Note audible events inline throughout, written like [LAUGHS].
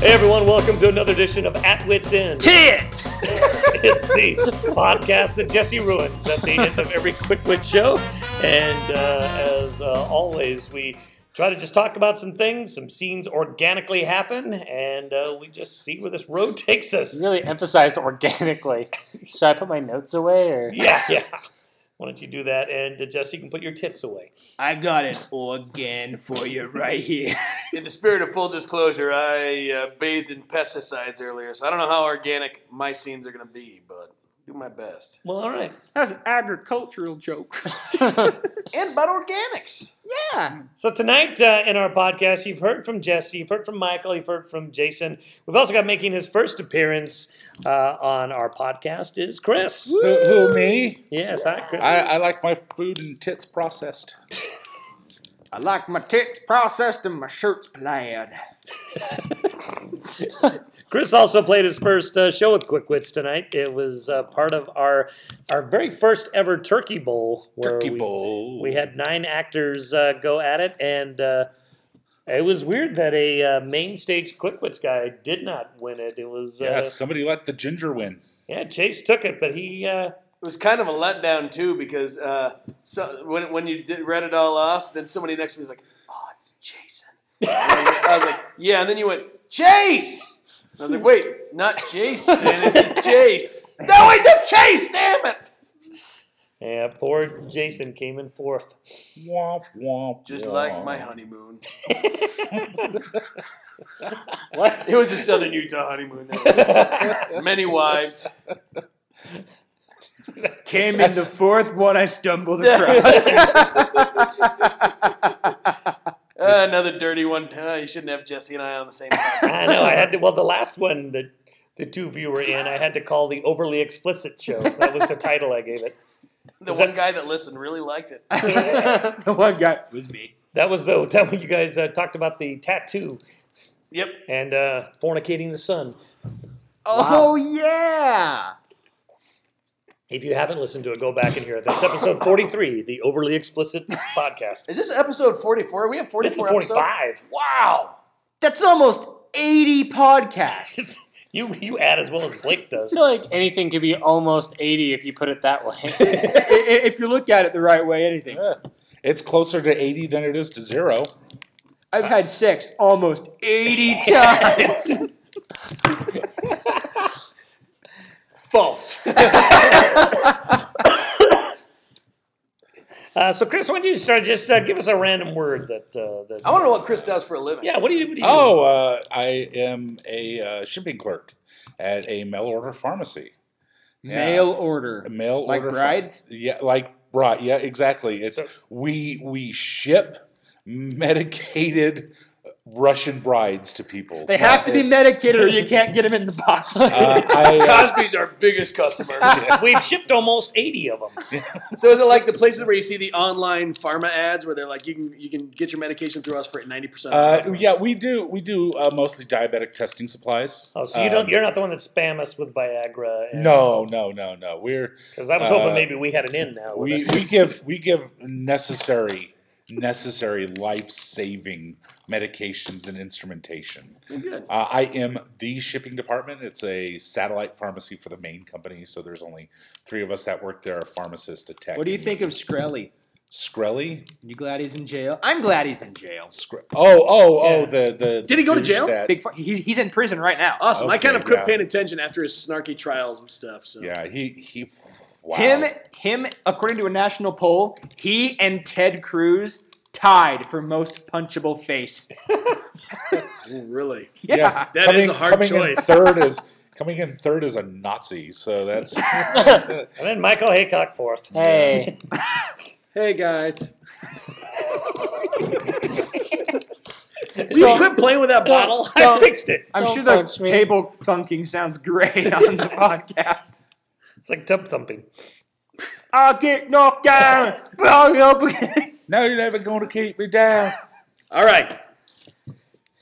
Hey everyone, welcome to another edition of At Wits [LAUGHS] End. Tits! It's the podcast that Jesse ruins at the end of every Quick Wit show. And uh, as uh, always, we try to just talk about some things, some scenes organically happen, and uh, we just see where this road [LAUGHS] takes us. really emphasized organically. [LAUGHS] Should I put my notes away or? Yeah, yeah. Why don't you do that? And uh, Jesse you can put your tits away. I got an organ for you right here. In the spirit of full disclosure, I uh, bathed in pesticides earlier, so I don't know how organic my scenes are going to be, but do my best. Well, all right. That's an agricultural joke. And about organics. Yeah. So tonight uh, in our podcast, you've heard from Jesse, you've heard from Michael, you've heard from Jason. We've also got making his first appearance uh, on our podcast is Chris. Who, who, me? Yes, hi Chris. I, I like my food and tits processed. I like my tits processed and my shirts plaid. Chris also played his first uh, show with Quick Wits tonight. It was uh, part of our our very first ever Turkey Bowl. Where Turkey we, bowl. We had nine actors uh, go at it, and uh, it was weird that a uh, main stage Quick Wits guy did not win it. It was uh, yeah, somebody let the ginger win. yeah, Chase took it, but he. Uh, It was kind of a letdown, too, because uh, so, when, when you did, read it all off, then somebody next to me was like, oh, it's Jason. And I, was, I was like, yeah, and then you went, Chase! And I was like, wait, not Jason, it's Chase. No, wait, that's Chase, damn it! Yeah, poor Jason came in [LAUGHS] fourth. [LAUGHS] Womp, womp, Just womp. like my [LAUGHS] honeymoon. What? It was [LAUGHS] a Southern Utah honeymoon. though. [LAUGHS] Many [LAUGHS] wives. Came in [LAUGHS] the fourth one I stumbled [LAUGHS] [LAUGHS] across. Uh, another dirty one. Uh, you shouldn't have Jesse and I on the [LAUGHS] same podcast. I know. I had to. Well, the last one that the two of you were in, I had to call the overly explicit show. That was the title I gave [LAUGHS] it. The Is one that- guy that listened really liked [LAUGHS] it. the one guy was me. That was the time when you guys uh, talked about the tattoo Yep. and uh, fornicating the sun. Oh yeah. If you haven't listened to it, go back and hear it. That's episode forty-three, the overly explicit podcast. Is this episode 44? We have This is 44 episodes. forty-five. Wow. That's almost 80 podcasts. You you add as well as Blake I does. feel like anything could be almost 80 if you put it that [LAUGHS] way. [LAUGHS] I- i- if you look at it the right way, anything. Yeah. It's closer to 80 than it is to zero. I've had sex almost [LAUGHS] 80 times. False. Uh, so Chris, why don't you start? Just uh, give us a random word that uh, that. I want to know what Oh, Chris does for a living. Yeah, what do you? What do you Oh, uh, I am a uh, shipping clerk at a mail order pharmacy. Yeah. Mail order. A Mail Like order phar- brides? yeah, like bride. Yeah, exactly. It's So- we we ship medicated Russian brides to people. They have to be It- medicated or you can't get them in the box. [LAUGHS] uh, I, uh, Cosby's our biggest customer. We've shipped almost 80 of them. so is it like the places where you see the online pharma ads where they're like, you can you can get your medication through us for 90%? off? Uh, yeah, we do. We do uh, mostly diabetic testing supplies. Oh, so you Um, don't? You're not the one that spam us with Viagra. and- No, no, no, no. We're because I was hoping uh, maybe we had an in now. with we it. we give we give necessary necessary life saving medications and instrumentation. Good. Uh, I am the shipping department. It's a satellite pharmacy for the main company, so there's only three of us that work there: a pharmacist, a tech. What do you and think of Skrelly? Skrelly? You glad he's in jail? I'm glad he's in jail. Skre- oh, oh, oh! Yeah. The the Did he go to douche jail? that- Big, fu- he's, he's in prison right now. Awesome. I kind Okay, of quit yeah. paying attention after his snarky trials and stuff. So yeah, he he. Wow. Him, him. According to a national poll, he and Ted Cruz tied for most punchable face. really. Yeah, That is a hard coming In choice. third is coming in third is a Nazi, so [LAUGHS] that's [LAUGHS] and then Michael Haycock fourth. Uh, hey, Hey guys. Will you quit playing with that bottle? I fixed it. I'm Don't sure the punch me. table thunking sounds great on the podcast. It's like tub thumping. I'll get knocked down, but I'll get up again. no, you're never going to keep me down. [LAUGHS] All right.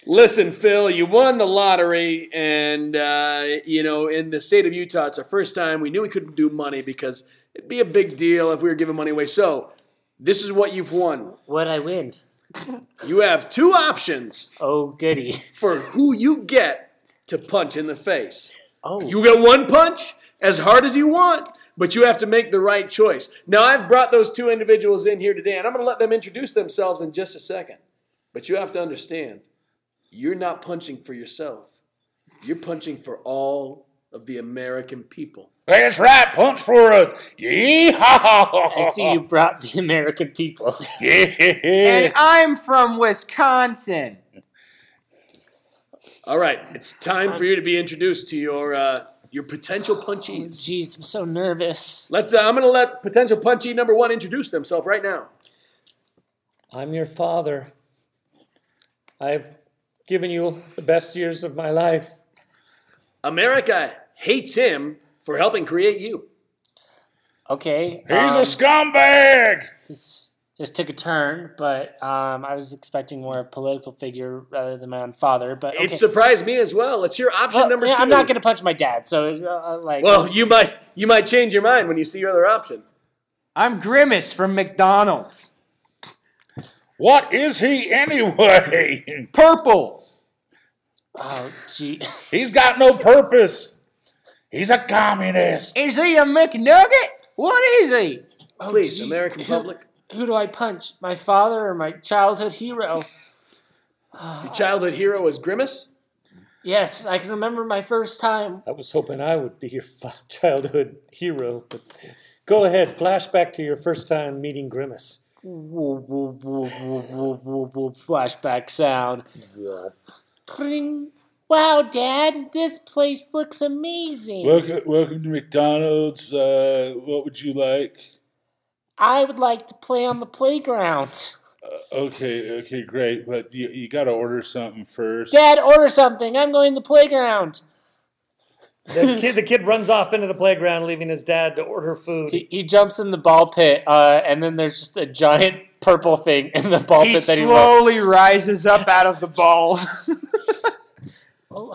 Listen, Phil, you won the lottery, and uh, you know, in the state of Utah, it's the first time we knew we couldn't do money because it'd be a big deal if we were giving money away. So, this is what you've won. what I win? You have two options Oh, goody. for who you get to punch in the face. Oh, You get one punch as hard as you want, but you have to make the right choice. Now, I've brought those two individuals in here today, and I'm going to let them introduce themselves in just a second. But you have to understand, you're not punching for yourself, you're punching for all of the American people. That's right, punch for us. Yeehaw! I [LAUGHS] see you brought the American people. Yeah. And I'm from Wisconsin. All right, it's time for you to be introduced to your uh, your potential punchies. Jeez, I'm so nervous. Let's. Uh, I'm going to let potential punchee number one introduce themselves right now. I'm your father. I've given you the best years of my life. America hates him for helping create you. Okay. He's um, a scumbag. this, this took a turn, but um, I was expecting more of a political figure rather than my own father. But okay. It surprised me as well. It's your option Well, number yeah, two. I'm not going to punch my dad, so uh, like. Well, you might you might change your mind when you see your other option. I'm Grimace from McDonald's. What is he anyway? [LAUGHS] Purple. oh, gee. He's got no purpose. He's a communist. Is he a McNugget? What is he? Oh, Please, gee. American Who- public, Who do I punch? My father or my childhood hero? your childhood hero is Grimace. Yes, I can remember my first time. I was hoping I would be your fa- childhood hero, but go ahead, flashback to your first time meeting Grimace. Woo, woo, woo, woo, woo, woo, woo, Flashback sound. Pring. Wow, Dad, this place looks amazing. Welcome, welcome to McDonald's. Uh, what would you like? I would like to play on the playground. Okay, okay, great. But you, you got to order something first. Dad, order something. I'm going to the playground. The kid, the kid runs off into the playground, leaving his dad to order food. He, he jumps in the ball pit, uh, and then there's just a giant purple thing in the ball He pit that he loves. slowly rises up out of the balls. Oh,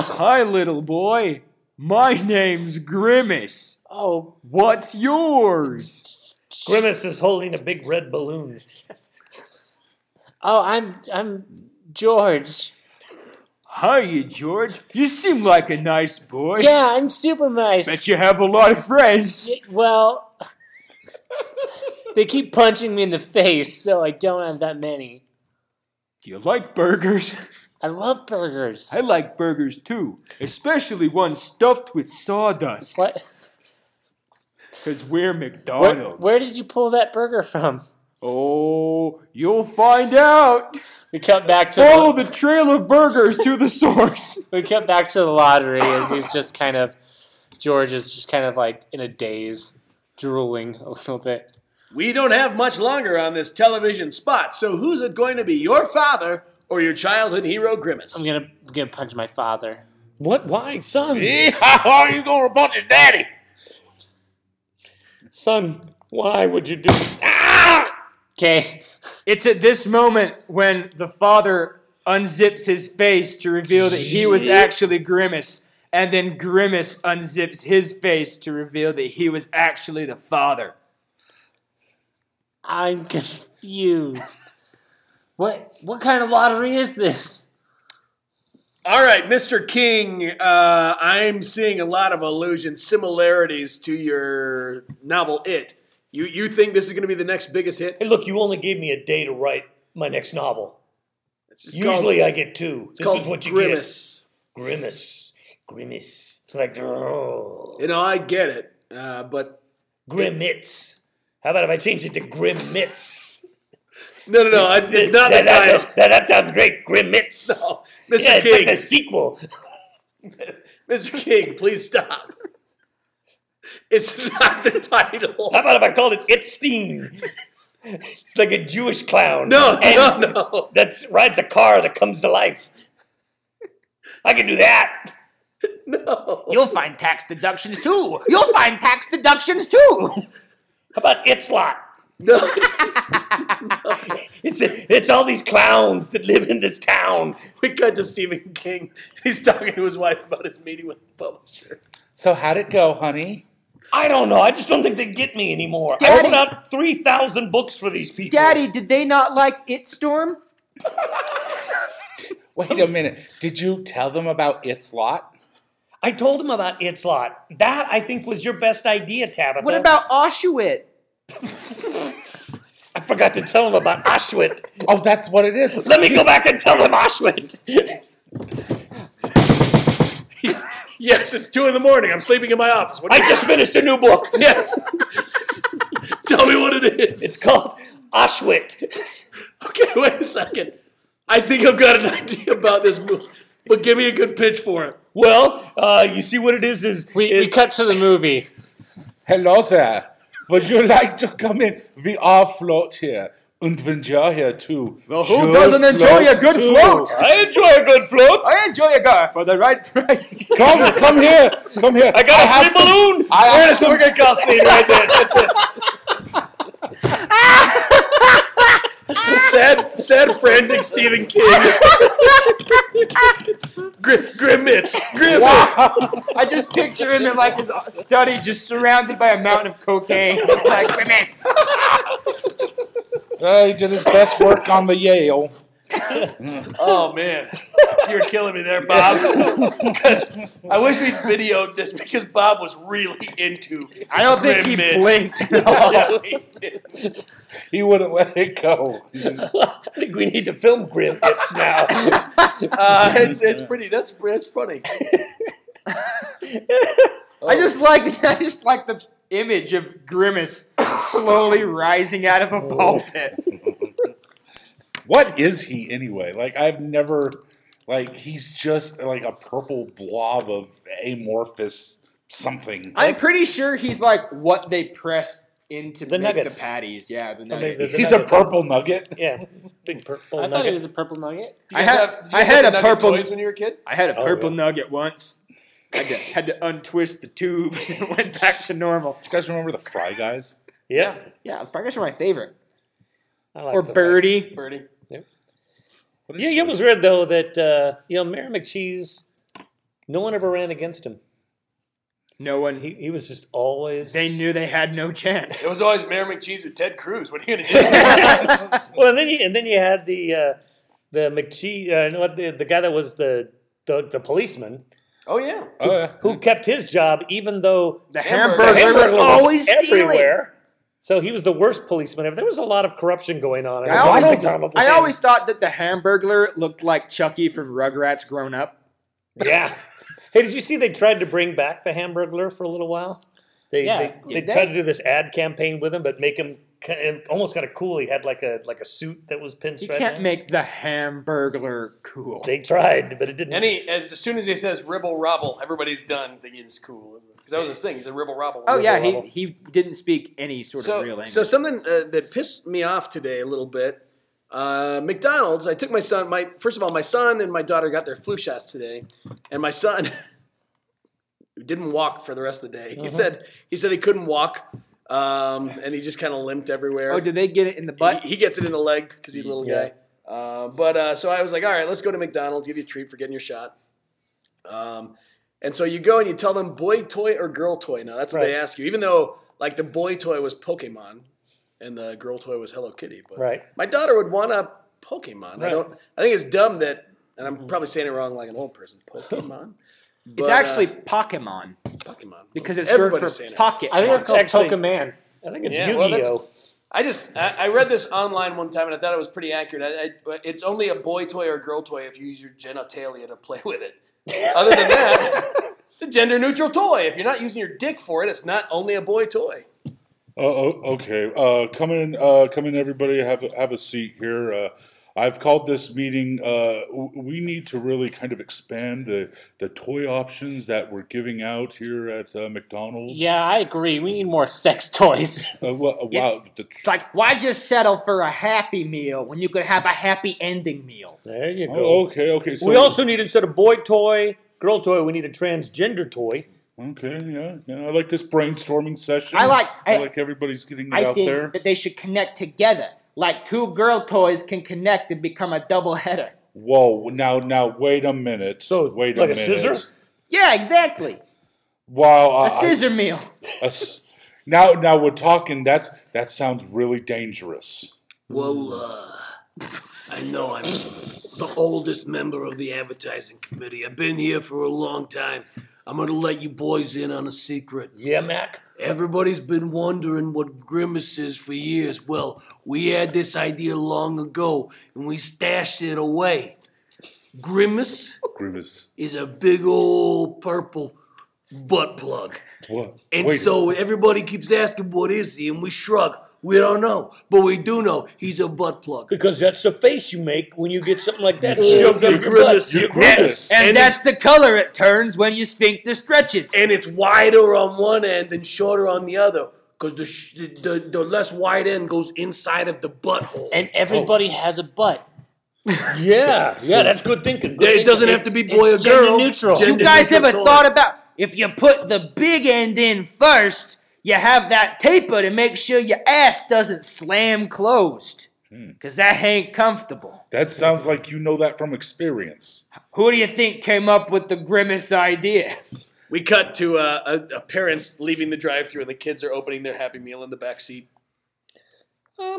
[LAUGHS] Hi, little boy. My name's Grimace. Oh, What's yours? Grimace is holding a big red balloon. oh, I'm I'm George. Hiya, George. You seem like a nice boy. Yeah, I'm super nice. Bet you have a lot of friends. Y- Well, they keep punching me in the face, so I don't have that many. Do you like burgers? [LAUGHS] I love burgers. I like burgers too, especially ones stuffed with sawdust. what? Cause we're Where, McDonald's. where did you pull that burger from? oh, you'll find out. We cut back to Follow the trail of burgers to the source. we cut back to the lottery as he's just kind of George is just kind of like in a daze, drooling a little bit. We don't have much longer on this television spot, so who's it going to be, your father or your childhood hero Grimace? I'm gonna I'm gonna punch my father. What? Why, son? Yeehaw! You gonna punch your daddy? Son, why would you do? Okay, It's at this moment when the father unzips his face to reveal that he was actually Grimace, and then Grimace unzips his face to reveal that he was actually the father. I'm confused. what what kind of lottery is this? All right, Mr. King, uh, I'm seeing a lot of allusions, similarities to your novel It. You, you think this is going to be the next biggest hit? Hey, look, you only gave me a day to write my next novel. It's just called- Usually, I get two. it's This called is what you Grimace. get. Grimace, grimace, like oh, You know, I get it, uh, but grimace. How about if I change it to grimace? no, no, no, I, [LAUGHS] it's not the that, that- title. that- that- that sounds great, grimace. [LAUGHS] Oh, Mr. Yeah, it's King, like the sequel. Mr. King, please stop. [LAUGHS] It's not the title. How about if I called it It's Steam? it's like a Jewish clown. No, no, And no. That's rides a car that comes to life. I can do that. You'll find tax deductions too. You'll find tax deductions too. How about It's Lot? No. [LAUGHS] It's it's all these clowns that live in this town. We cut to Stephen King. He's talking to his wife about his meeting with the publisher. So how'd it go, honey? I don't know. I just don't think they get me anymore. I Daddy- put out three thousand books for these people. Daddy, did they not like It Storm? Wait a minute. Did you tell them about its lot? I told him about its lot. That I think was your best idea, Tabitha. What about Auschwitz? I forgot to tell him about Auschwitz. Oh, that's what it is. Let me go back and tell him Auschwitz. [LAUGHS] Yes, it's two in the morning. I'm sleeping in my office. What do I you- just finished a new book. [LAUGHS] yes. [LAUGHS] Tell me what it is. It's called Auschwitz. okay, wait a second. I think I've got an idea about this movie, but give me a good pitch for it. Well, uh, you see what it is is We, is- we cut to the movie. Hello, sir. Would you like to come in? We all float here. And enjoy here too. Well, who doesn't enjoy a good float? I enjoy a good float. I enjoy a guy for the right price. [LAUGHS] Come, come here, come here. I got a have free some- balloon. I have We're- some- we're gonna call scene right there. That's it. sad, sad frantic Stephen King. Grim, Grim Mitch. Grim Mitch. Wow. [LAUGHS] I just picture him in like his study, just surrounded by a mountain of cocaine. Just [LAUGHS] like women. Uh, he did his best work on the Yale. Oh man, you're killing [LAUGHS] me there, Bob. Because I wish we videoed this because Bob was really into. I don't think he Grim Mitch. blinked. [LAUGHS] He wouldn't let it go. I think we need to film Grim Hits now. Uh, it's, it's pretty. That's that's funny. Oh. I just like I just like the [LAUGHS] image of Grimace [LAUGHS] slowly rising out of a Oh. ball pit. What is he anyway? Like I've never, like he's just like a purple blob of amorphous something. I'm pretty sure he's like what they pressed into The make nuggets. the patties. Yeah, the think nuggets. there's he's a nugget. purple nugget. yeah, it's big purple. I thought nugget. it was a purple nugget. Did I you guys had- did you I guys had have a nugget purple- toys when you were a kid. I had a Oh, purple yeah. nugget once. Had to, had to untwist the tubes and went back to normal. You guys remember the Fry Guys? yeah. Yeah, the Fraggers are my favorite. I like or the- Birdie. Birdie. Yeah, you almost read though that uh, you know Mary McCheese. No one ever ran against him. No one. He, he was just always. They knew they had no chance. It was always Mayor McCheese or Ted Cruz. What are you gonna do? Well, and then you, and then you had the uh, the McChee, uh, no, the, the guy that was the the, the policeman [LAUGHS] oh yeah. Oh yeah. who kept his job even though The Hamburger. hamburger, hamburger was always stealing. everywhere. So he was the worst policeman ever. There was a lot of corruption going on. It I was always- just a comical I thing. always thought that the Hamburglar looked like Chucky from Rugrats grown up. yeah. Hey, did you see they tried to bring back the Hamburglar for a little while? They Yeah. they, they Did they? tried to do this ad campaign with him, but make him ki- and almost kind of cool. He had like a like a suit that was You pinstriped. can't on. make the Hamburglar cool. They tried, but it didn't. Any as as soon as he says "ribble robble," everybody's done thinking it's cool. Because that was his thing. He said "ribble robble." Oh yeah, he, level. he didn't speak any sort of real So, language. so something uh, that pissed me off today a little bit. Uh, McDonald's. I took my son. My first of all, my son and my daughter got their flu shots today, and my son [LAUGHS] didn't walk for the rest of the day. He said he said he couldn't walk, um, and he just kind of limped everywhere. oh, did they get it in the butt? he, he gets it in the leg because he's a little Yeah. guy. Uh, but uh, so I was like, all right, let's go to McDonald's, give you a treat for getting your shot. Um, and so you go and you tell them boy toy or girl toy. Now that's what they Right. ask you, even though like the boy toy was Pokemon and the girl toy was Hello Kitty. But Right. my daughter would want a Pokemon. I Right. don't. I think it's dumb that, and I'm probably saying it wrong, like an old person. Pokemon. But, Mm-hmm. [LAUGHS] it's uh, actually Pokemon Pokemon because it's short Everybody's for saying it. pocket. I think that's monster. called actually- Pokemon. I think it's Yeah, well, Yu-Gi-Oh. that's- I just I, I read this online one time and I thought it was pretty accurate. I, I, it's only a boy toy or girl toy if you use your genitalia to play [LAUGHS] with it. Other than that, it's a gender neutral toy. If you're not using your dick for it, it's not only a boy toy. Uh, o- okay. Uh, come in, uh, come in, everybody. Have a, have a seat here. Uh, I've called this meeting. Uh, w- we need to really kind of expand the, the toy options that we're giving out here at uh, McDonald's. Yeah, I agree. We need more sex toys. Uh, wa- uh, wow. The, It's like why just settle for a happy meal when you could have a happy ending meal? There you go. oh, okay. Okay. So, we also need instead of boy toy, girl toy, we need a transgender toy. Okay. Yeah. Yeah. I like this brainstorming session. I like- I, I- like everybody's getting it I out think there. that they should connect together. Like two girl toys can connect and become a double header. Whoa. Now. Now. Wait a minute. So, wait like a a minute. scissor? Yeah, exactly. Wow. A I- I- scissor meal. a s- now. Now we're talking. That's that sounds really dangerous. Well, uh, I know I'm the oldest member of the advertising committee. I've been here for a long time. I'm going to let you boys in on a secret. Yeah, Mac. Everybody's been wondering what Grimace is for years. Well, we had this idea long ago and we stashed it away. Grimace Grimace. is a big old purple butt plug. What? And Wait, so everybody keeps asking, what is he? And we shrug. We don't know. But we do know he's a butt plug. Because that's the face you make when you get something like that You're shoved up your grimace. butt. You're grimace. And, And that's the color it turns when you sphincter stretches. And it's wider on one end and shorter on the other. Because the, sh- the, the, the less wide end goes inside of the butthole. And everybody has a butt. Yeah, yeah, that's good thinking. Good it thinking. doesn't have to be boy it's or girl. gender neutral. You You Gender guys neutral ever color. thought about if you put the big end in first, you have that taper to make sure your ass doesn't slam closed. Hmm. Because that ain't comfortable. that sounds like you know that from experience. Who do you think came up with the grimace idea? We cut to uh, a, a parents leaving the drive-through, and the kids are opening their Happy Meal in the back seat. Uh, Mom,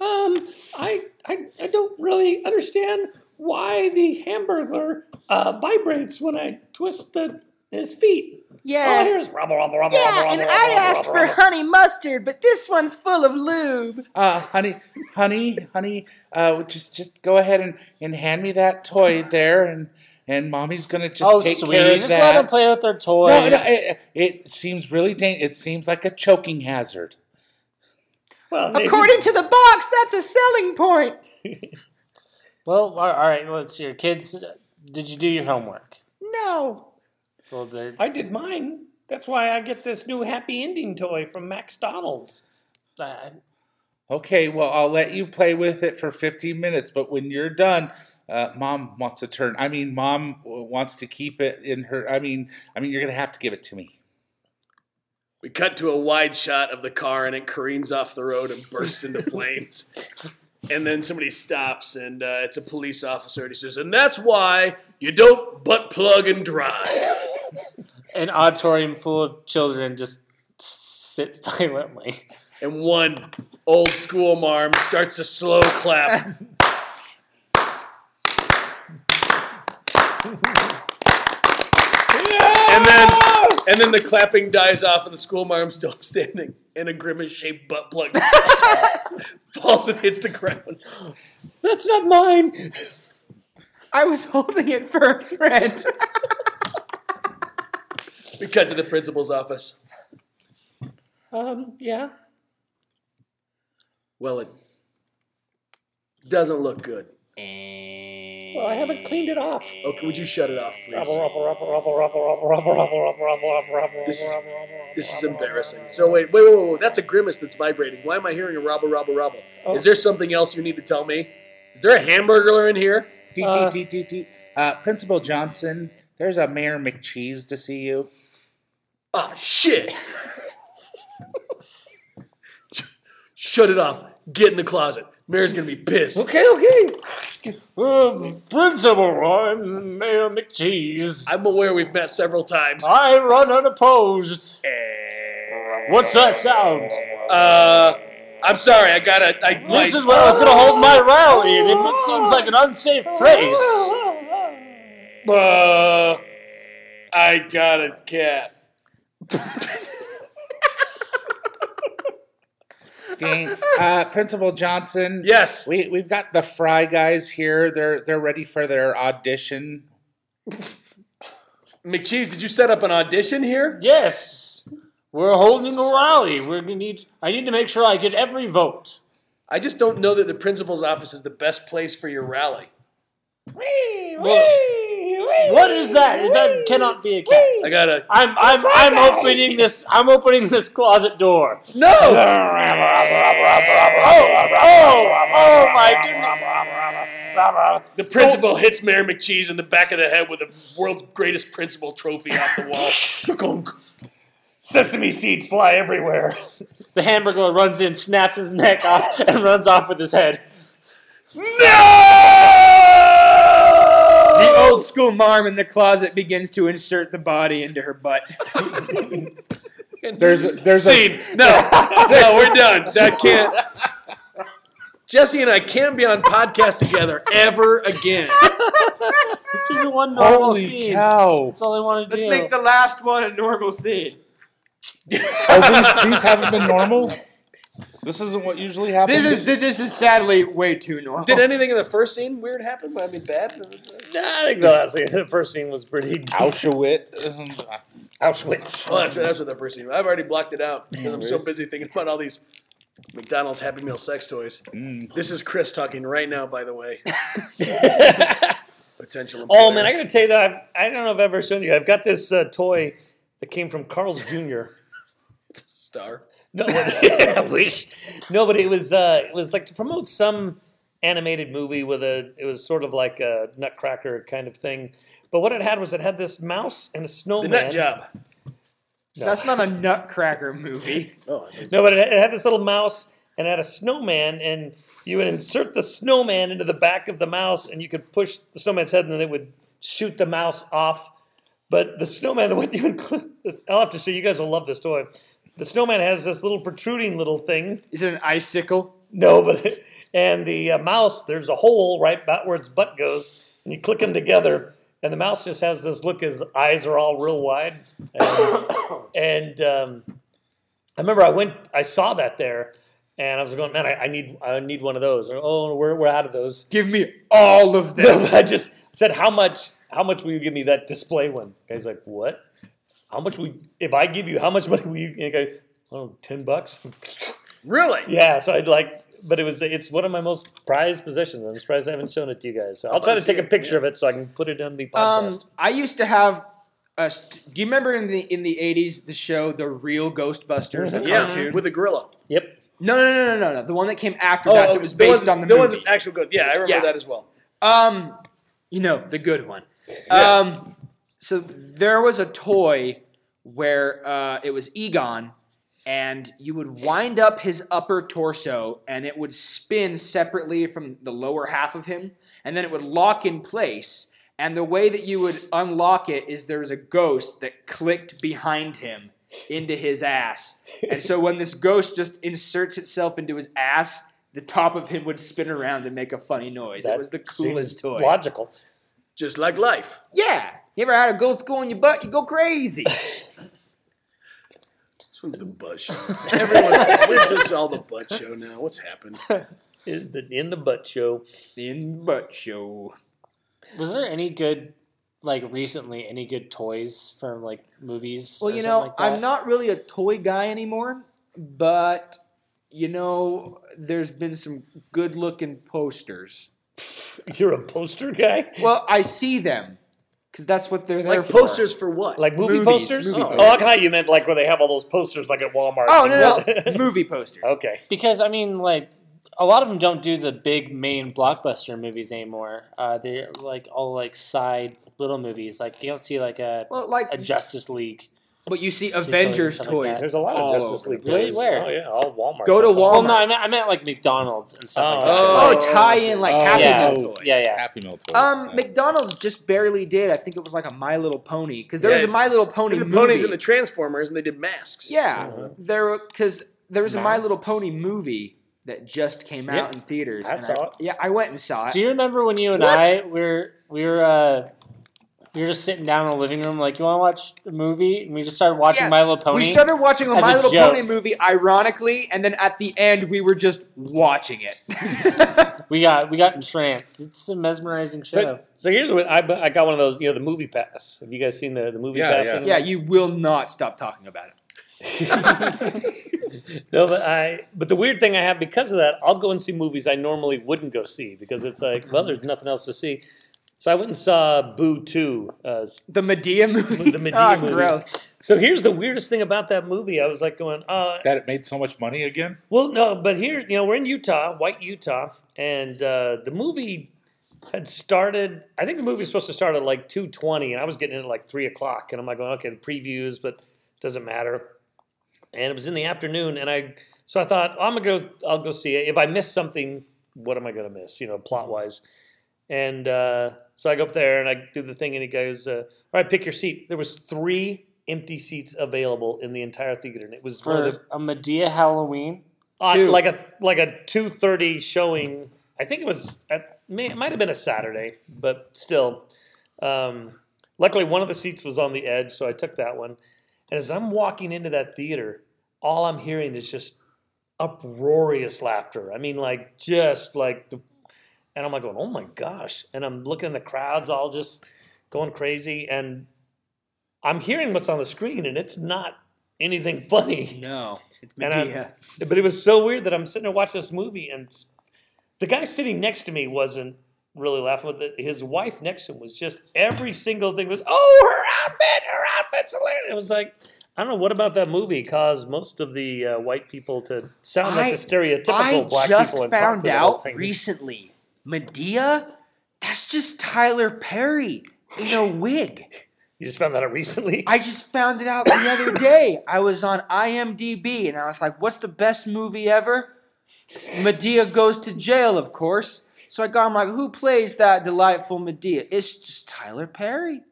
um, I, I, I don't really understand why the hamburger uh, vibrates when I twist the his feet. Oh, Oh, All I hear is rumble, rumble, rumble, rumble, rumble, rumble, rumble, rumble. honey mustard, but this one's full of [LAUGHS] lube. uh, honey, honey, honey, uh, just just go ahead and, and hand me that toy there, and and mommy's gonna just oh, take sweetie, care of just that. let them play with their toys. no, eh, no, it, it seems really dang. It seems like a choking hazard. Well, maybe- to the box, that's a selling point. Well, all all right, let's hear. Kids, did you do your homework? No. Well, they're- I did mine. That's why I get this new happy ending toy from Max Donald's. uh, Okay, well I'll let you play with it for 15 minutes, but when you're done, uh, mom wants a turn. I mean, mom w- wants to keep it in her. I mean, I mean, you're gonna have to give it to me. We cut to a wide shot of the car, and it careens off the road and bursts [LAUGHS] into flames. And then somebody stops, and uh, it's a police officer, and he says, "And that's why you don't butt plug and drive." an auditorium full of children just sit silently. And one old school marm starts a slow clap. And then, and then the clapping dies off, and the school marm's still [LAUGHS] standing, and a grimace-shaped butt plug falls and hits the ground. That's not mine. I was holding it for a friend. We cut to the principal's office. Um, yeah. Well, it doesn't look good. Well, I haven't cleaned it off. Okay, would you shut it off, Rumble, please? rumble, rumble, rumble, rumble, rumble, rumble, rumble, rumble, rumble, rumble, rumble, This is- rumble, rumble, This is rumble, embarrassing. rumble. So wait, wait, wait, wait, wait. That's a grimace that's vibrating. Why am I hearing a robble, robble, robble? Oh. Is there something else you need to tell me? Is there a hamburger in here? Dee, Uh, dee, dee, dee, dee. Uh, Principal Johnson, there's a Mayor McCheese to see you. Ah, [LAUGHS] shit! Shut it off. Get in the closet. Mary's gonna be pissed. Okay, okay. Um, Principal, I'm Mayor McCheese. I'm aware we've met several times. I run unopposed. What's that sound? Uh, I'm sorry. I gotta. I, This like- is where I was going to hold my rally, and if it seems like an unsafe place. Uh, I got a cat. Ding. Uh, Principal Johnson, Yes. we, we've got the Fry guys here. They're they're ready for their audition. McCheese, did you set up an audition here? Yes, we're holding a rally. We're gonna need. I need to make sure I get every vote. I just don't know that the principal's office is the best place for your rally. Well, what is that? That cannot be a cat. I gotta. I'm I'm I'm opening this. I'm opening [LAUGHS] this closet door. No! Oh oh oh my goodness! The principal hits Mayor McCheese in the back of the head with the world's greatest principal trophy off the wall. Ka-konk. Sesame seeds fly everywhere. The hamburger runs in, snaps his neck off, and runs off with his head. The old school marm in the closet begins to insert the body into her [LAUGHS] butt. There's a, there's a, Scene. No, no, we're done. That can't. Jesse and I can be on podcast together ever again. Just one normal Holy scene. cow! That's all I want [LAUGHS] to Let's do. make the last one a normal scene. Oh, these, these haven't been normal. This isn't what usually happens. This is this is sadly way too normal. Did anything in the first scene weird happen? I mean, bad. Nah, I think the last thing, the first scene was pretty Auschwitz. Um, Auschwitz. [LAUGHS] Oh, that's right. That's what that first scene. I've already blocked it out because I'm so busy thinking about all these McDonald's Happy Meal sex toys. This is Chris talking right now, by the way. [LAUGHS] Potential. Oh man, I employers. gotta tell you that I've, I don't know if I've ever shown you. I've got this uh, toy that came from Carl's Jr. star. No, [LAUGHS] I wish. No, but it was uh, it was like to promote some animated movie with a. It was sort of like a Nutcracker kind of thing. But what it had was it had this mouse and a The snowman. nut job. That's not a Nutcracker [LAUGHS] movie. No, but it it had this little mouse and it had a snowman, and you would insert the snowman into the back of the mouse, and you could push the snowman's head, and then it would shoot the mouse off. But the snowman, the one you include, I'll have to show you guys will love this toy. The snowman has this little protruding little thing. Is it an icicle? No, but and the uh, mouse, there's a hole right about where its butt goes, and you click them together, and the mouse just has this look. His eyes are all real wide, and, [COUGHS] and, um, I remember I went, I saw that there, and I was going, man, I, I need, I need one of those. Or, oh, we're we're out of those. [LAUGHS] Give me all of No, them. but I just said, how much, how much will you give me that display one? Guy's like, what? How much will if I give you how much money will you? And I go, oh, 10 bucks. [LAUGHS] Really? Yeah, so I'd like, but it was it's one of my most prized possessions. I'm surprised I haven't shown it to you guys. So I'll try to take a picture of it so I can put it on the Um, podcast. I used to have. A st- do you remember in the in the eighties the show The Real Ghostbusters? The Yeah, cartoon? with a gorilla. yep. No, no, no, no, no, no. The one that came after that that was based ones- on Oh, the, the movie. ones that's actual good. Yeah, I remember Yeah. that as well. Um, you know, the good one. Um, so there was a toy where uh, it was Egon, and you would wind up his upper torso, and it would spin separately from the lower half of him, and then it would lock in place. And the way that you would unlock it is there was a ghost that clicked behind him into his ass. And so when this ghost just inserts itself into his ass, the top of him would spin around and make a funny noise. That it was the seems coolest toy. Logical. Just like life. Yeah. You ever had a ghost go in your butt? You go [LAUGHS] crazy. It's one of the [LAUGHS] butt shows. Everyone, we're just all the butt show now. [LAUGHS] What's happened? Is the in the butt show. [LAUGHS] in butt show. Was there any good, like recently, any good toys from like movies? Well, or you something know, like that? I'm not really a toy guy anymore, but you know, there's been some good looking posters. You're a poster guy? Well, I see them because that's what they're there Like for. posters for what? Like movie Movies, posters? movie oh, posters. I thought you meant like where they have all those posters like at Walmart. Oh no, [LAUGHS] no, movie posters. okay. because I mean, like a lot of them don't do the big main blockbuster movies anymore. Uh, they're like all like side little movies. Like you don't see like a Well, like, a Justice League. but you see toys and Avengers stuff like toys. There's a lot of all Justice over League. Really? toys. Where? Oh yeah, all Walmart. Oh, Go to That's all- Well, Walmart. no, I meant, I meant like McDonald's and stuff like that. Oh. Oh, Like, tie-in like Oh, Happy yeah. Meal toys. Yeah, yeah. Happy Meal toys. Um, yeah. McDonald's just barely did. I think it was like a My Little Pony because there was Yeah. a My Little Pony the movie. ponies and the Transformers, and they did masks. yeah, there because there was a My Little Pony movie that just came out Yep. in theaters. I and saw it. Yeah, I went and saw it. Do you remember when you and I were we were uh, we were just sitting down in the living room like you want to watch a movie and we just started watching Yeah, My Little Pony. we started watching a As My a Little joke. Pony movie, ironically, and then at the end we were just watching it. We got we got entranced. It's a mesmerizing show. So, so here's what I, I got one of those, you know, the movie pass. Have you guys seen the, the movie Yeah, pass? yeah. anywhere? yeah, you will not stop talking about it. No, but I. But the weird thing I have because of that, I'll go and see movies I normally wouldn't go see because it's like, well, there's nothing else to see. So I went and saw Boo Two. Uh, The Medea movie. The Medea [LAUGHS] Ah, movie. gross. so here's the weirdest thing about that movie. I was like going, uh, that it made so much money again. well, no, but here, you know, we're in Utah, white Utah, and uh, the movie had started. I think the movie was supposed to start at like two twenty, and I was getting in at like three o'clock, and I'm like, going, okay, the previews, but doesn't matter. And it was in the afternoon, and I so I thought I'm gonna go. I'll go see it. If I miss something, what am I gonna miss? You know, plot wise. And uh, so I go up there and I do the thing, and he goes, uh, "All right, pick your seat." There was three empty seats available in the entire theater, and it was one of the For a Medea Halloween. on Two. Uh, like a like a two thirty showing. I think it was at, may, it might have been a Saturday, but still. Um, luckily, one of the seats was on the edge, so I took that one. And as I'm walking into that theater, all I'm hearing is just uproarious laughter. I mean, like just like the, and I'm like going, oh my gosh! And I'm looking in the crowds, all just going crazy, and I'm hearing what's on the screen, and it's not anything [LAUGHS] funny. No, it's And I- Medea. But it was so weird that I'm sitting there watching this movie, and s- the guy sitting next to me wasn't really laughing. But the, his wife next to him was just every single thing was, oh, her outfit, her outfit's hilarious. It was like, I don't know what about that movie caused most of the uh, white people to sound I- like the stereotypical I black just people. and talk found to the whole out thing. recently, Medea. That's just Tyler Perry in a wig. You just found that out recently. I just found it out the other day. I was on IMDb and I was like, what's the best movie ever? Medea goes to jail, of course. So I got him like, who plays that delightful Medea? It's just Tyler Perry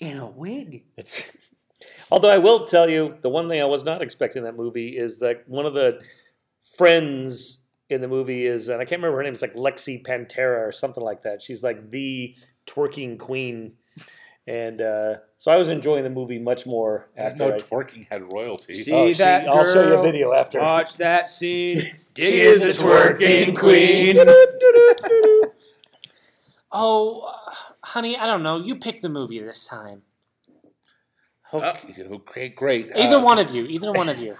in a wig. It's, [LAUGHS] although I will tell you, the one thing I was not expecting in that movie is that one of the friends in the movie is, and I can't remember her name. It's like Lexi Pantera or something like that. She's like the twerking queen, and uh, so I was enjoying the movie much more after. No I, twerking had royalty. See Oh, she- that I'll show you a girl? video after. Watch that [LAUGHS] scene. She is the twerking queen. Oh, uh, honey, I don't know. You pick the movie this time. oh. Okay, okay, great. Either Uh, one of you. Either one of you.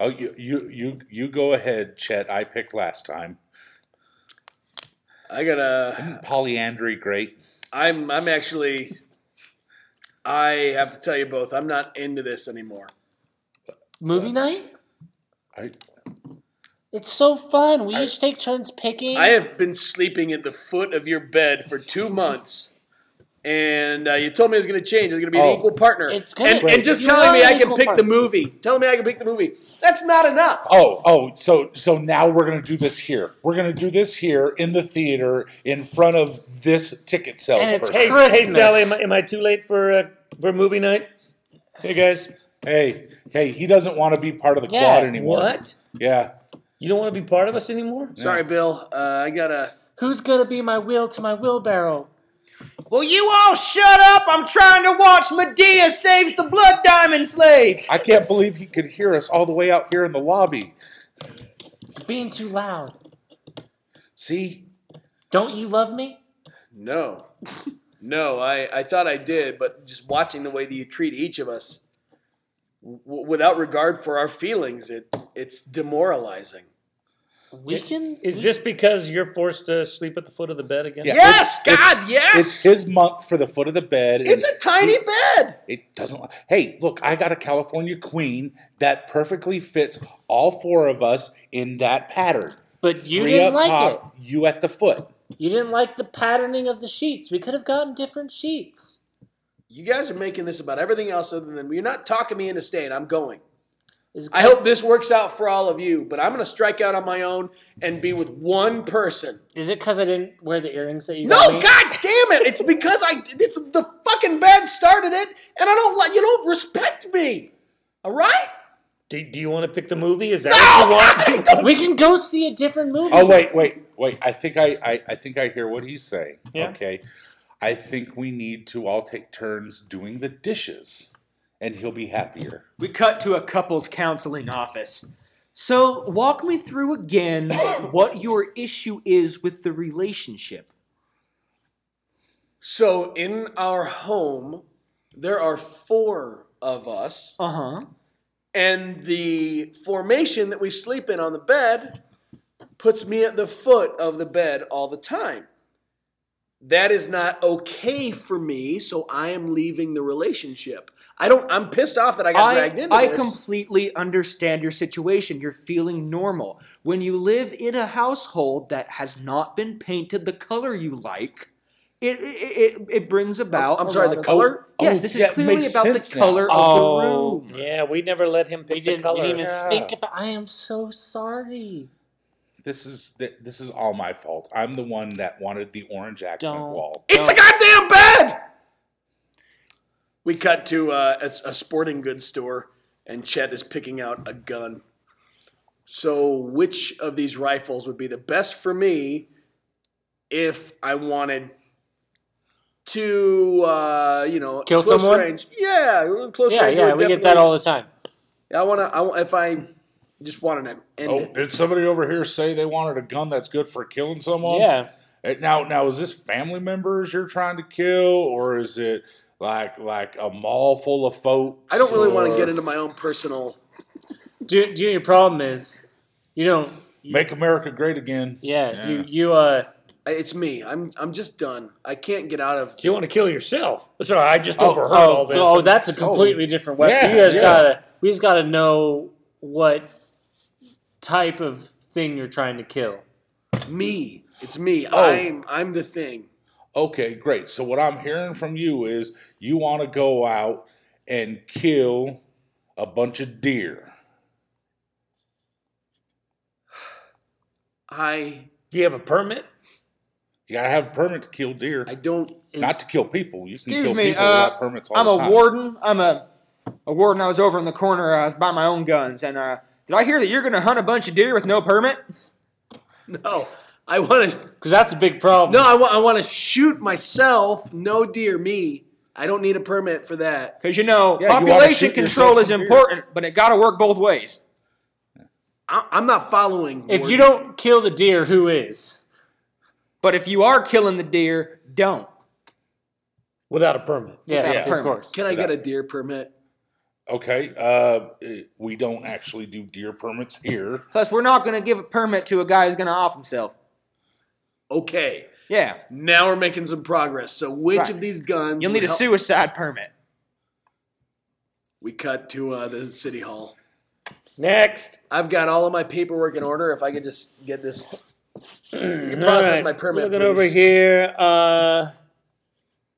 Oh, you, you, you, you go ahead, Chet. I picked last time. I gotta. Polyandry, great. I'm. I'm actually. I have to tell you both. I'm not into this anymore. Movie night? I, It's so fun. We each take turns picking. I have been sleeping at the foot of your bed for two months, and uh, you told me it was going to change. It was going to be Oh. an equal partner. It's gonna- and, and just You telling are me an I can equal pick partner. the movie. Telling me I can pick the movie. That's not enough. oh, oh. So, so now we're gonna do this here. We're gonna do this here in the theater in front of this ticket And it's salesperson. hey, Hey, S- hey, Christmas. Sally, am I, am I too late for uh, for movie night? Hey guys, hey, he doesn't want to be part of the Yeah, quad anymore. what? Yeah. You don't want to be part of us anymore? Sorry, Bill. Uh, I gotta. Who's gonna be my wheel to my wheelbarrow? [LAUGHS] Will you all shut up? I'm trying to watch Medea saves the blood diamond slaves. I can't believe he could hear us all the way out here in the lobby. Being too loud. See? Don't you love me? No, [LAUGHS] no. I I thought I did, but just watching the way that you treat each of us w- without regard for our feelings, it it's demoralizing. We can. Is this because you're forced to sleep at the foot of the bed again? Yeah. Yes, it's- God, yes. It's his month for the foot of the bed. and- It's a tiny bed. It doesn't. Hey, look, I got a California queen that perfectly fits all four of us in that pattern. But you Three didn't up like top, you at the foot. it. You didn't like the patterning of the sheets. We could have gotten different sheets. You guys are making this about everything else other than you're not talking me into staying. I'm going. Is I hope this works out for all of you, but I'm going to strike out on my own and be with one person. Is it because I didn't wear the earrings that you No, got me? god damn it! It's because I it's the fucking bed started it, and I don't like you don't respect me. All right? Do, do you want to pick the movie? Is that what you want? No, We can go see a different movie. Oh wait, wait, wait! I think I, I, I think I hear what he's saying. Yeah. Okay, I think we need to all take turns doing the dishes, and he'll be happier. We cut to a couple's counseling office. So, walk me through [COUGHS] again what your issue is with the relationship. so in our home, there are four of us, Uh huh. and the formation that we sleep in on the bed puts me at the foot of the bed all the time. That is not okay for me, so I am leaving the relationship. I don't. I'm pissed off that I got dragged I, into I this. completely understand your situation. You're feeling normal. When you live in a household that has not been painted the color you like, it it, it, it brings about. I'm a sorry, lot the of- color? yes, Oh, this yeah, is it clearly makes about the sense now. color Oh. of [LAUGHS] the room. Yeah, we never let him pick We the didn't, color. we didn't even Yeah. think about. I am so sorry. This is th- this is all my fault. I'm the one that wanted the orange accent Don't. wall. It's the goddamn bed. We cut to uh, a, a sporting goods store, and Chet is picking out a gun. So, which of these rifles would be the best for me if I wanted to, uh, you know, Kill close someone? range? Yeah, close Yeah, range. yeah, would we get definitely- that all the time. I want to. I wa- if I just wanted to end [LAUGHS] Oh, it. did somebody over here say they wanted a gun that's good for killing someone? yeah. Uh, Now, now is this family members you're trying to kill, or is it like like a mall full of folks? I don't really want to or get into my own personal. Dude, dude, your problem is you don't. Make America Great Again. Yeah, you Yeah. you uh. I- It's me. I'm. I'm just done. I can't get out of. Do you want to kill yourself? Sorry, I just overheard all Oh, this. oh, that's a completely different weapon. Yeah, you guys yeah. gotta. We just gotta know what type of thing you're trying to kill. Me. [LAUGHS] It's Oh. me. I'm. I'm the thing. Okay, great. So what I'm hearing from you is you want to go out and kill a bunch of deer. I. Do you have a permit? You gotta have a permit to kill deer, I don't. not to kill people. You can Excuse kill me, people uh, without permits. All I'm the a time. warden. I'm a, a warden. I was over in the corner. I was by my own guns. And uh, did I hear that you're going to hunt a bunch of deer with no permit? No. I want to. Because that's a big problem. No. I want. I want to shoot myself. No, dear me. I don't need a permit for that. Because, you know, Yeah, you wanna population shoot control yourself is some deer. important, but it got to work both ways. I, I'm not following. if you Warden. don't kill the deer, who is? But if you are killing the deer, don't. Without a permit. Yeah, Without a of permit. course. Can I get a deer permit? Okay, uh, eh, we don't actually do deer permits here. Plus, we're not going to give a permit to a guy who's going to off himself. Okay. Yeah. Now we're making some progress. So which Right. of these guns? You'll would need a help- suicide permit. We cut to uh, the city hall. Next. I've got all of my paperwork in order. If I could just get this All process right, my permit, Looking please. over here. Uh,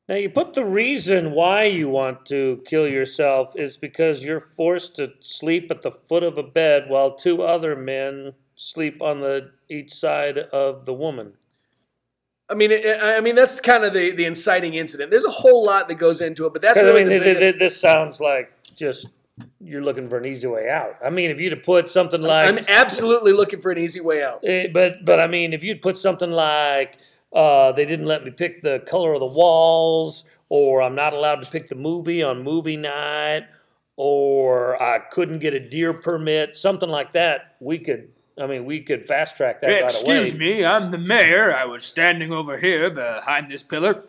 now you put the reason why you want to kill yourself is because you're forced to sleep at the foot of a bed while two other men sleep on the each side of the woman. I mean, it, I mean that's kind of the, the inciting incident. There's a whole lot that goes into it, but that's 'Cause, really I mean, the th- th- biggest. this sounds like just you're looking for an easy way out. I mean, if you'd have put something like I'm absolutely looking for an easy way out. Eh, but but I mean, if you'd put something like uh, they didn't let me pick the color of the walls, or I'm not allowed to pick the movie on movie night, or I couldn't get a deer permit, something like that, we could. I mean, we could fast track that right away. Excuse me, I'm the mayor. I was standing over here behind this pillar,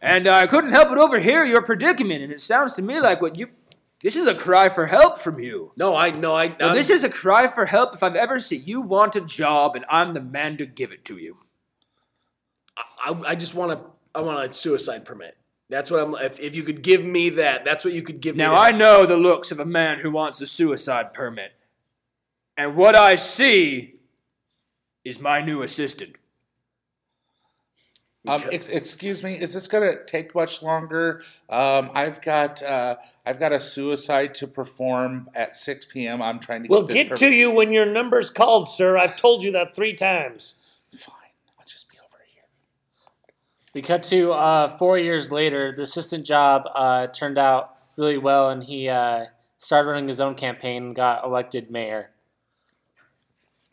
and I couldn't help but overhear your predicament. And it sounds to me like what you. This is a cry for help from you. No, I no, I. Now, I'm- this is a cry for help if I've ever seen. You want a job, and I'm the man to give it to you. I, I just want to. I want a suicide permit. That's what I'm. If, if you could give me that, that's what you could give me. Now, to- I know the looks of a man who wants a suicide permit, and what I see is my new assistant. Um, ex- excuse me, is this gonna take much longer? Um, I've got uh, I've got a suicide to perform at six p.m. I'm trying to. We'll this get perm- to you when your number's called, sir. I've told you that three times. Fine, I'll just be over here. We cut to uh, four years later. The assistant job uh, turned out really well, and he uh, started running his own campaign and got elected mayor.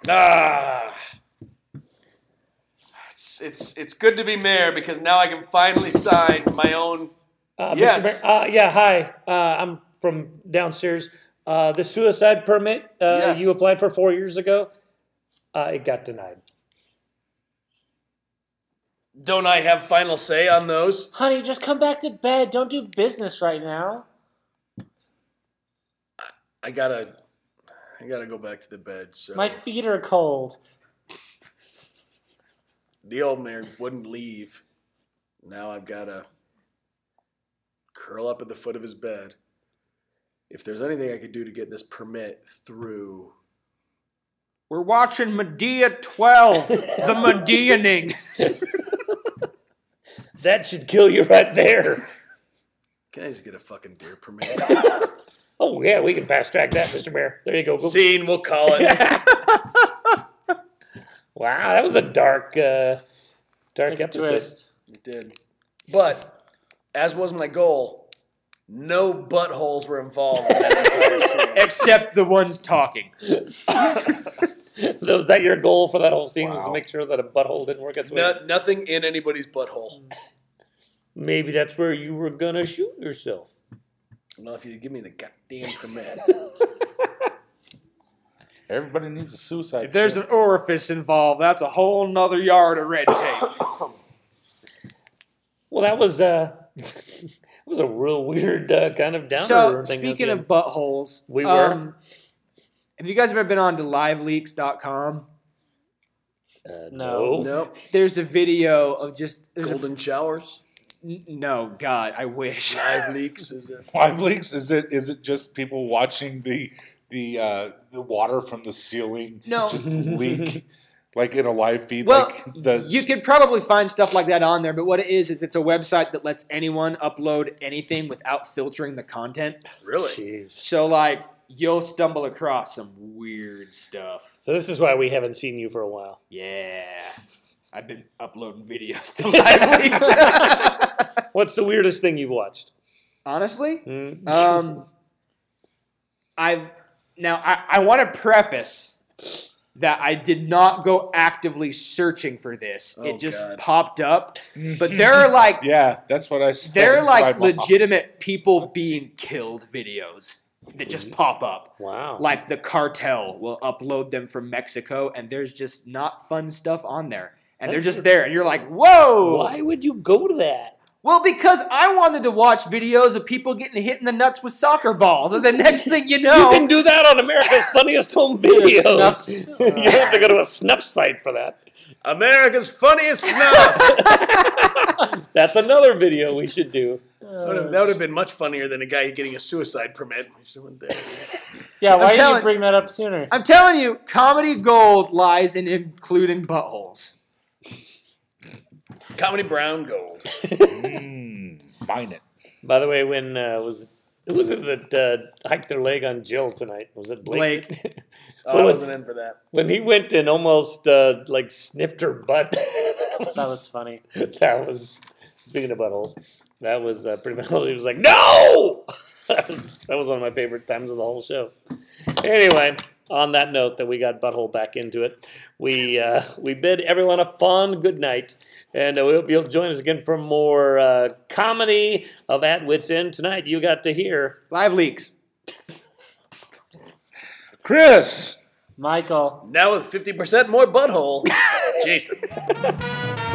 Ah. It's, it's it's good to be mayor because now I can finally sign my own. Uh, Mr. Yes. Mayor- uh, yeah. Hi. Uh, I'm from downstairs. Uh, the suicide permit uh, Yes. you applied for four years ago, uh, it got denied. don't I have final say on those? Honey, just come back to bed. Don't do business right now. I gotta. I gotta go back to the bed. So My feet are cold. the old mayor wouldn't leave. Now I've got to curl up at the foot of his bed. If there's anything I could do to get this permit through, We're watching Medea 12, the Medeaning. That should kill you right there. can I just get a fucking deer permit? Oh yeah, we can fast track that, Mr. Mayor. There you go. Go- Scene, [LAUGHS] we'll call it. [LAUGHS] Wow, that was a dark, uh, dark Take [LAUGHS] a episode. twist. It did. But as was my goal, No buttholes were involved. In that entire scene. except the ones talking. That- was that your goal for that whole scene? Was to Wow. make sure that a butthole didn't work its way? [LAUGHS] No, nothing in anybody's butthole. Maybe that's where you were gonna shoot yourself. Well, if you give me the [LAUGHS] goddamn permit, Everybody needs a suicide. If [LAUGHS] there's an orifice involved, that's a whole nother yard of red tape. Well, that was uh, [LAUGHS] it was a real weird uh, kind of downer. so thing at speaking the of end. buttholes, um, We were. have you guys ever been on to liveleaks.com? Uh, No. no, nope. There's a video of just there's a, Golden showers, n- no God, I wish. live leaks. Is a, Live leaks? Is it is it just people watching the the uh, the water from the ceiling No. just [LAUGHS] leak like in a live feed? Well, like the you could probably find stuff like that on there, but what it is is it's a website that lets anyone upload anything without filtering the content. really? jeez. So like you'll stumble across some weird stuff. So this is why we haven't seen you for a while. Yeah. I've been uploading videos to [LAUGHS] Live Leaks. What's the weirdest thing you've watched? [LAUGHS] Honestly, Hmm? um, I've now I, I want to preface that I did not go actively searching for this. Oh, it just God. popped up, but there [LAUGHS] are like yeah, that's what I. said. there are like Bye, Mom. legitimate people being killed videos that just pop up Wow. like the cartel will upload them from Mexico, and there's just not fun stuff on there. And they're just there, and you're like, whoa! why would you go to that? Well, because I wanted to watch videos of people getting hit in the nuts with soccer balls, and the next thing you You know, can do that on [LAUGHS] America's Funniest Home Videos. [LAUGHS] Snuff- you don't have to go to a snuff site for that. America's [LAUGHS] funniest snuff. That's another video we should do. that would have been much funnier than a guy getting a suicide permit. We just went there. Yeah, why didn't telling- you bring that up sooner? I'm telling you, comedy gold lies in including buttholes. Comedy Brown Gold. Mm, mine it. By the way, when uh, was who was it that uh, hiked their leg on Jill tonight? Was it Blake? [LAUGHS] Oh, I wasn't in for that. when he went and almost uh, like sniffed her butt. [LAUGHS] that was, That was funny. [LAUGHS] that was- speaking of buttholes. That was uh, pretty much. He was like, "No." [LAUGHS] that was that was one of my favorite times of the whole show. Anyway, on that note, that we got butthole back into it, we uh, we bid everyone a fond good night. And uh, we hope you'll join us again for more uh, comedy of At Wits End tonight. You got to hear Live leaks. Chris. Michael. Now with 50% more butthole, Jason. [LAUGHS]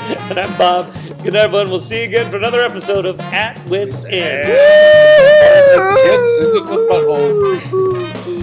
And I'm Bob. Good night, everyone. We'll see you again for another episode of At Wits End. Kids in the butthole.